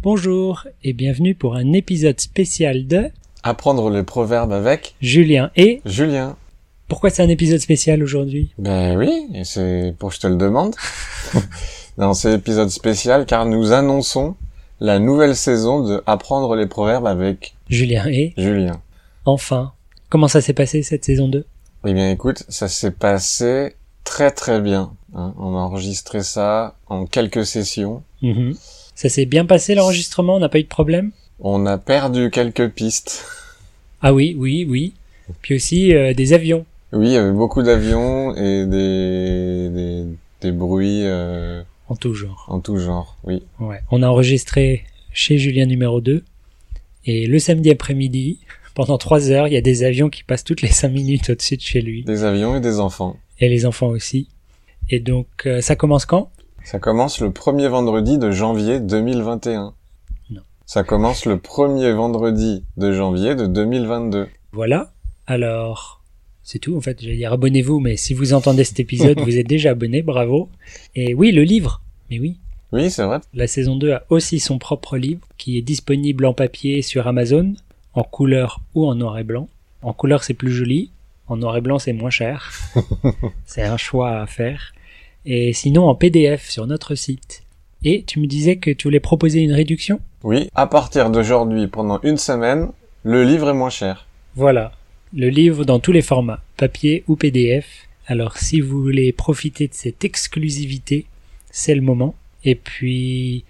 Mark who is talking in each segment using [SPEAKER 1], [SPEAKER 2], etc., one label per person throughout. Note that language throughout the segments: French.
[SPEAKER 1] Bonjour et bienvenue pour un épisode spécial de
[SPEAKER 2] Apprendre le proverbe avec
[SPEAKER 1] Julien et
[SPEAKER 2] Julien.
[SPEAKER 1] pourquoi c'est un épisode spécial aujourd'hui
[SPEAKER 2] Ben oui, et c'est pour que je te le demande. Dans cet épisode spécial, car nous annonçons la nouvelle saison de Apprendre les proverbes avec
[SPEAKER 1] Julien et
[SPEAKER 2] Julien.
[SPEAKER 1] enfin, comment ça s'est passé cette saison 2
[SPEAKER 2] Eh bien écoute, ça s'est passé très très bien. hein. On a enregistré ça en quelques sessions.
[SPEAKER 1] Mhm. Ça s'est bien passé l'enregistrement, on n'a pas eu de problème
[SPEAKER 2] On a perdu quelques pistes.
[SPEAKER 1] Ah oui, oui, oui. Puis aussi euh, des avions.
[SPEAKER 2] Oui, il y avait beaucoup d'avions et des, des, des bruits euh,
[SPEAKER 1] En tout genre.
[SPEAKER 2] en tout genre, oui.
[SPEAKER 1] Ouais. On a enregistré chez Julien numéro 2 et le samedi après-midi, pendant 3 heures, il y a des avions qui passent toutes les 5 minutes au-dessus de chez lui
[SPEAKER 2] Des avions et des enfants.
[SPEAKER 1] et les enfants aussi. Et donc euh, ça commence quand
[SPEAKER 2] Ça commence le premier vendredi de janvier 2021.
[SPEAKER 1] Non.
[SPEAKER 2] Ça commence le premier vendredi de janvier de 2022.
[SPEAKER 1] Voilà. Alors, c'est tout en fait. J'allais dire abonnez-vous, mais si vous entendez cet épisode, vous êtes déjà abonné, bravo. Et oui, le livre. Mais oui,
[SPEAKER 2] Oui, c'est vrai.
[SPEAKER 1] la saison 2 a aussi son propre livre qui est disponible en papier sur Amazon, en couleur ou en noir et blanc. En couleur, c'est plus joli. En noir et blanc, c'est moins cher. c'est un choix à faire. Et sinon, en PDF sur notre site. Et tu me disais que tu voulais proposer une réduction
[SPEAKER 2] Oui, à partir d'aujourd'hui, pendant une semaine, le livre est moins cher.
[SPEAKER 1] Voilà, le livre dans tous les formats, papier ou PDF. Alors si vous voulez profiter de cette exclusivité, c'est le moment. Et puis,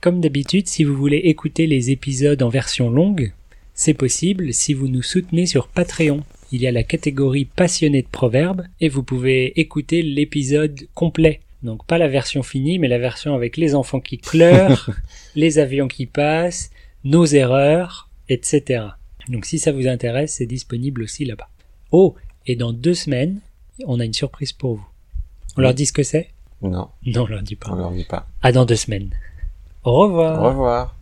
[SPEAKER 1] comme d'habitude, si vous voulez écouter les épisodes en version longue, c'est possible si vous nous soutenez sur Patreon. Il y a la catégorie passionné de proverbes et vous pouvez écouter l'épisode complet. Donc pas la version finie, mais la version avec les enfants qui pleurent, les avions qui passent, nos erreurs, etc. Donc si ça vous intéresse, c'est disponible aussi là-bas. Oh, et dans deux semaines, on a une surprise pour vous. On leur dit ce que c'est
[SPEAKER 2] Non,
[SPEAKER 1] Non, on leur dit pas.
[SPEAKER 2] on leur dit pas.
[SPEAKER 1] À dans deux semaines. Au
[SPEAKER 2] Au
[SPEAKER 1] revoir.
[SPEAKER 2] revoir.